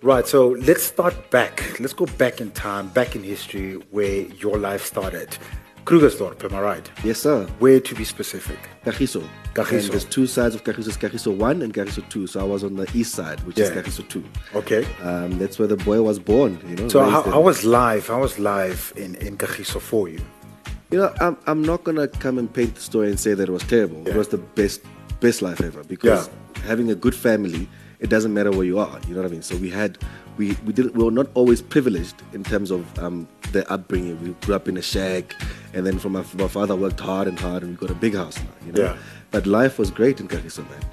Right, so let's start back. Let's go back in time, back in history, where your life started. Krugersdorp, am I right? Yes, sir. Where to be specific? Kagiso. Kagiso. And there's two sides of Kagiso. There's Kagiso 1 and Kagiso 2. So I was on the east side, which is Yeah. Kagiso 2. Okay. Um, that's where the boy was born, you know. So raised how, in- how was life? How was life in, in Kagiso for you? You know, I'm, I'm not going to come and paint the story and say that it was terrible. It Yeah. was the best best life ever because Yeah. having a good family, it doesn't matter where you are. You know what I mean? So we had, we we didn't we were not always privileged in terms of um, the upbringing. We grew up in a shack, and then from my, my father worked hard and hard, and we got a big house now. You know, Yeah. but life was great in Kagiso, man.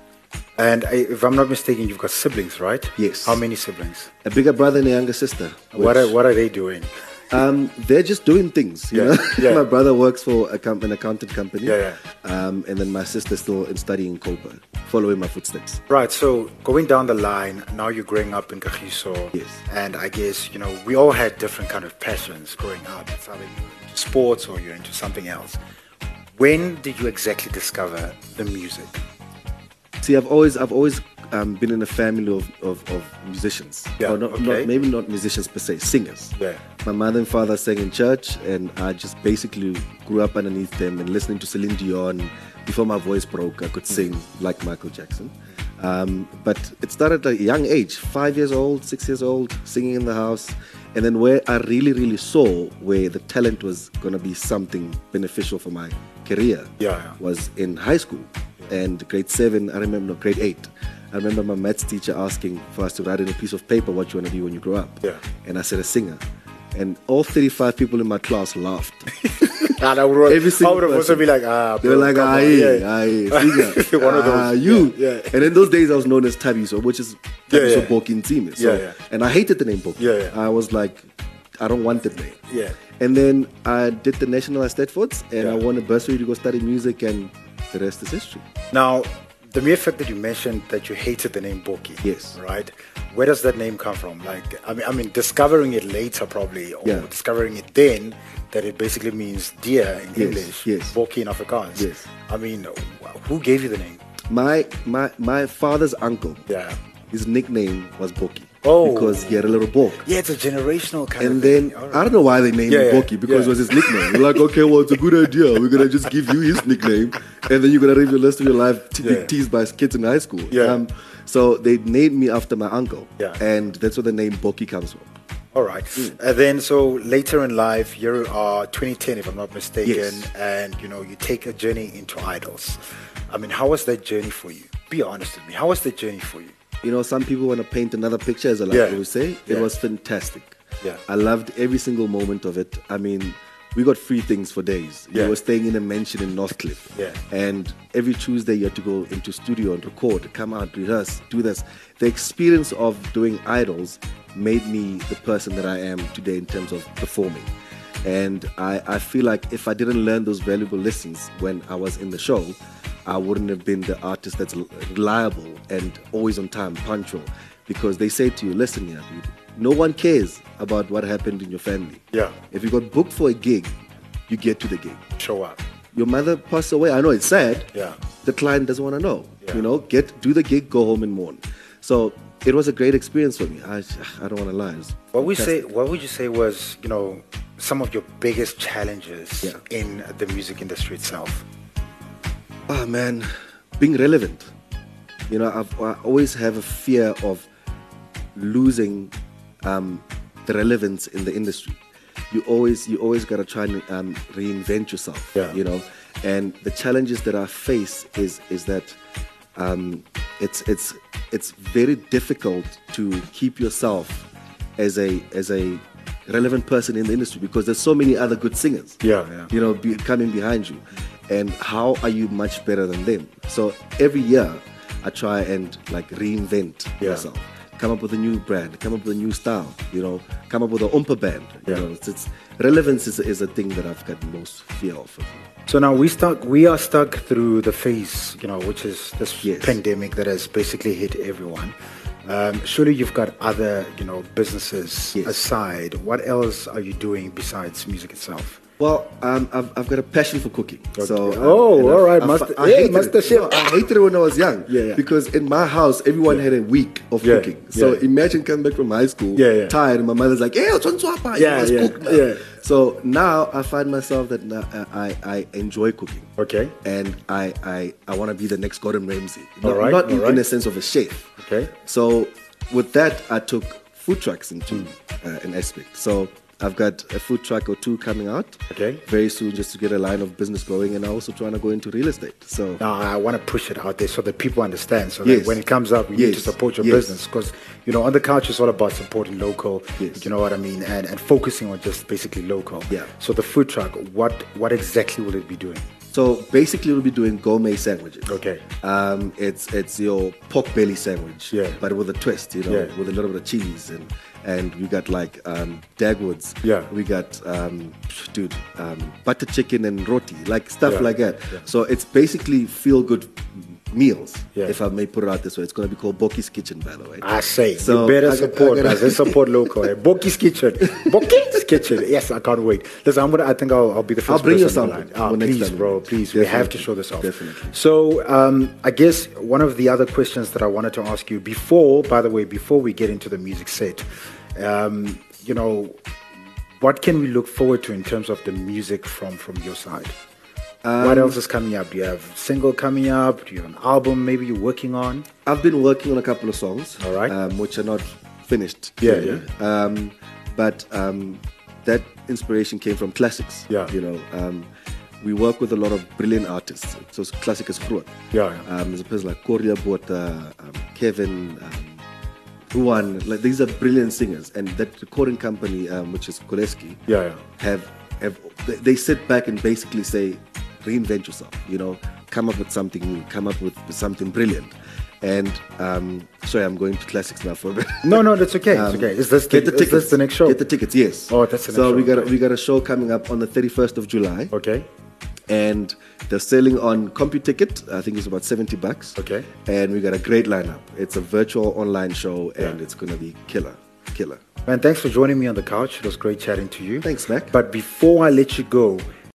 And I, if I'm not mistaken, you've got siblings, right? Yes. How many siblings? A bigger brother and a younger sister. what, are, which- what are they doing? Um, they're just doing things, you Yeah, know. yeah. my brother works for a com- an accountant company. Yeah, Um, and then my sister's still in studying in Kopa, following my footsteps. Right, so going down the line, now you're growing up in Kagiso. Yes. And I guess, you know, we all had different kind of passions growing up. It's either you're into sports or you're into something else. When did you exactly discover the music? See, I've always I've always um, been in a family of, of, of musicians. Yeah, Or not, okay. not maybe not musicians per se, singers. Yeah. My mother and father sang in church, and I just basically grew up underneath them and listening to Celine Dion. Before my voice broke, I Hmm. could sing like Michael Jackson. Um, but it started at a young age, five years old, six years old, singing in the house. And then where I really, really saw where the talent was going to be something beneficial for my career Yeah, yeah. was in high school and grade seven, I remember, no, grade eight. I remember my maths teacher asking for us to write in a piece of paper what you want to be when you grow up. Yeah. And I said, a singer. And all 35 people in my class laughed. And I would, Every single I would have also person. be like, ah, They were bro, like, come on, aye, aye, singer. One of those. Ah, you. Yeah, yeah. And in those days, I was known as Tabiso, which is Yeah, Tabiso yeah. Bokin Team. So, Yeah, yeah. And I hated the name Bokin. Yeah, yeah. I was like, I don't want that name. Yeah. And then I did the national at Stedfords and Yeah. I won a bursary to go study music, and the rest is history. Now, the mere fact that you mentioned that you hated the name Boki. Yes. Right? Where does that name come from? Like, I mean, I mean discovering it later probably, or Yeah. discovering it then, that it basically means deer in English, yes. Boki in Afrikaans. Yes. I mean, wh- who gave you the name? My my my father's uncle. Yeah. His nickname was Boki. Oh. Because he had a little book. Yeah, it's a generational kind And of thing. then All I right. don't know why they named Yeah, him yeah, Boki because yeah. it was his nickname. We're like, okay, well, it's a good idea. We're gonna just give you his nickname, and then you're gonna live the rest of your life t- Yeah. teased by kids in high school. Um, Yeah. so they named me after my uncle. Yeah. And that's where the name Boki comes from. All right. Mm. And then, so later in life, you are 2010, if I'm not mistaken, Yes. and you know you take a journey into idols. I mean, how was that journey for you? Be honest with me. How was that journey for you? You know, some people want to paint another picture, as I like Yeah. always say. Yeah. It was fantastic. Yeah. I loved every single moment of it. I mean, we got free things for days. Yeah. We were staying in a mansion in Northcliffe. Yeah. And every Tuesday, you had to go into studio and record, come out, rehearse, do this. The experience of doing idols made me the person that I am today in terms of performing. And I, I feel like if I didn't learn those valuable lessons when I was in the show, I wouldn't have been the artist that's reliable and always on time, punctual. Because they say to you, listen here, dude, no one cares about what happened in your family. Yeah. If you got booked for a gig, you get to the gig Show up. your mother passed away. I know it's sad. Yeah. The client doesn't want to know. Yeah. You know, get do the gig, go home and mourn. So it was a great experience for me. I, I don't want to lie. It was What would you say? fantastic. What would you say was you know some of your biggest challenges Yeah. in the music industry itself? Oh man, being relevant. You know, I've, I always have a fear of losing um, the relevance in the industry. You always you always gotta try and um, reinvent yourself. Yeah. You know, and the challenges that I face is is that um, it's it's it's very difficult to keep yourself as a as a relevant person in the industry because there's so many other good singers Yeah, yeah. you know, be, coming behind you. And how are you much better than them? So every year, I try and like reinvent Yeah. myself, come up with a new brand, come up with a new style, you know, come up with a umpa band. Yeah. You know, it's, it's relevance is, is a thing that I've got most fear of. So now we stuck. We are stuck through the phase, you know, which is this Yes. pandemic that has basically hit everyone. Um, surely you've got other, you know, businesses Yes. aside. What else are you doing besides music itself? Well, um, I've, I've got a passion for cooking. So uh, Okay. Oh, and all right, I've- master- I yeah, hated it. master chef. No, I hated it when I was young. Yeah, yeah. Because in my house, everyone had a week of Yeah, cooking. So yeah. imagine coming back from high school, Yeah, yeah. tired, and my mother's like, "Hey, John Swapa, you Yeah, must yeah, cook now." yeah. So now I find myself that now uh, I, I I enjoy cooking. Okay. And I I, I want to be the next Gordon Ramsay. Not, All right, not in, all right. in a sense of a chef. Okay. So with that, I took food trucks into uh, an aspect. So I've got a food truck or two coming out Okay. very soon just to get a line of business going, and I'm also trying to go into real estate. So Now, I want to push it out there so that people understand. So Mm. Yes. that when it comes up, you need to Yes. support your Yes. business because you know on the couch it's all about supporting local. Yes. You know what I mean, and, and focusing on just basically local. Yeah. So the food truck, what what exactly will it be doing? so basically, we'll be doing gourmet sandwiches. Okay. Um, it's it's your pork belly sandwich, Yeah. but with a twist, you know, Yeah. with a little bit of cheese and and we got like um, Dagwoods, Yeah. we got um, dude um, butter chicken and roti, like stuff Yeah. like that. Yeah. So it's basically feel good meals, Yeah. if I may put it out this way. It's going to be called Boki's Kitchen, by the way. I say So you better I got- I support gotta- us and support local. eh? Boki's kitchen, Boki's kitchen. Yes, I can't wait. Listen, I'm gonna. I think I'll, I'll be the first. I'll bring you person in something line. Ah, for next please, time. bro. Please, we have to Definitely. show this off. Definitely. So, um, I guess one of the other questions that I wanted to ask you before, by the way, before we get into the music set, um, you know, what can we look forward to in terms of the music from from your side? Um, what else is coming up? Do you have a single coming up? Do you have an album maybe you're working on? I've been working on a couple of songs, All right. um, which are not finished. Yeah, clearly. Um, but um, that inspiration came from classics. Yeah. you know, um, we work with a lot of brilliant artists. So it's classic is groot. Yeah, yeah. Um, there's a person like Cordia Bota, um, Kevin. Um, Juan, like these are brilliant singers, and that recording company, um, which is Koleski, Yeah, yeah. have have they- they sit back and basically say reinvent yourself you know come up with something new come up with something brilliant and um sorry i'm going to classics now for a bit No, no, that's okay. it's okay. Is this the, Um, Get the is tickets. this the next show? Get the tickets. Yes. Oh, that's the next so we show. got a, we got a show coming up on the 31st of July, Okay. and they're selling on CompuTicket. I think it's about 70 bucks. Okay. And we got a great lineup. It's a virtual online show, and Yeah. it's gonna be killer, killer. Man, thanks for joining me on the couch. It was great chatting to you. Thanks, Mac. But before I let you go,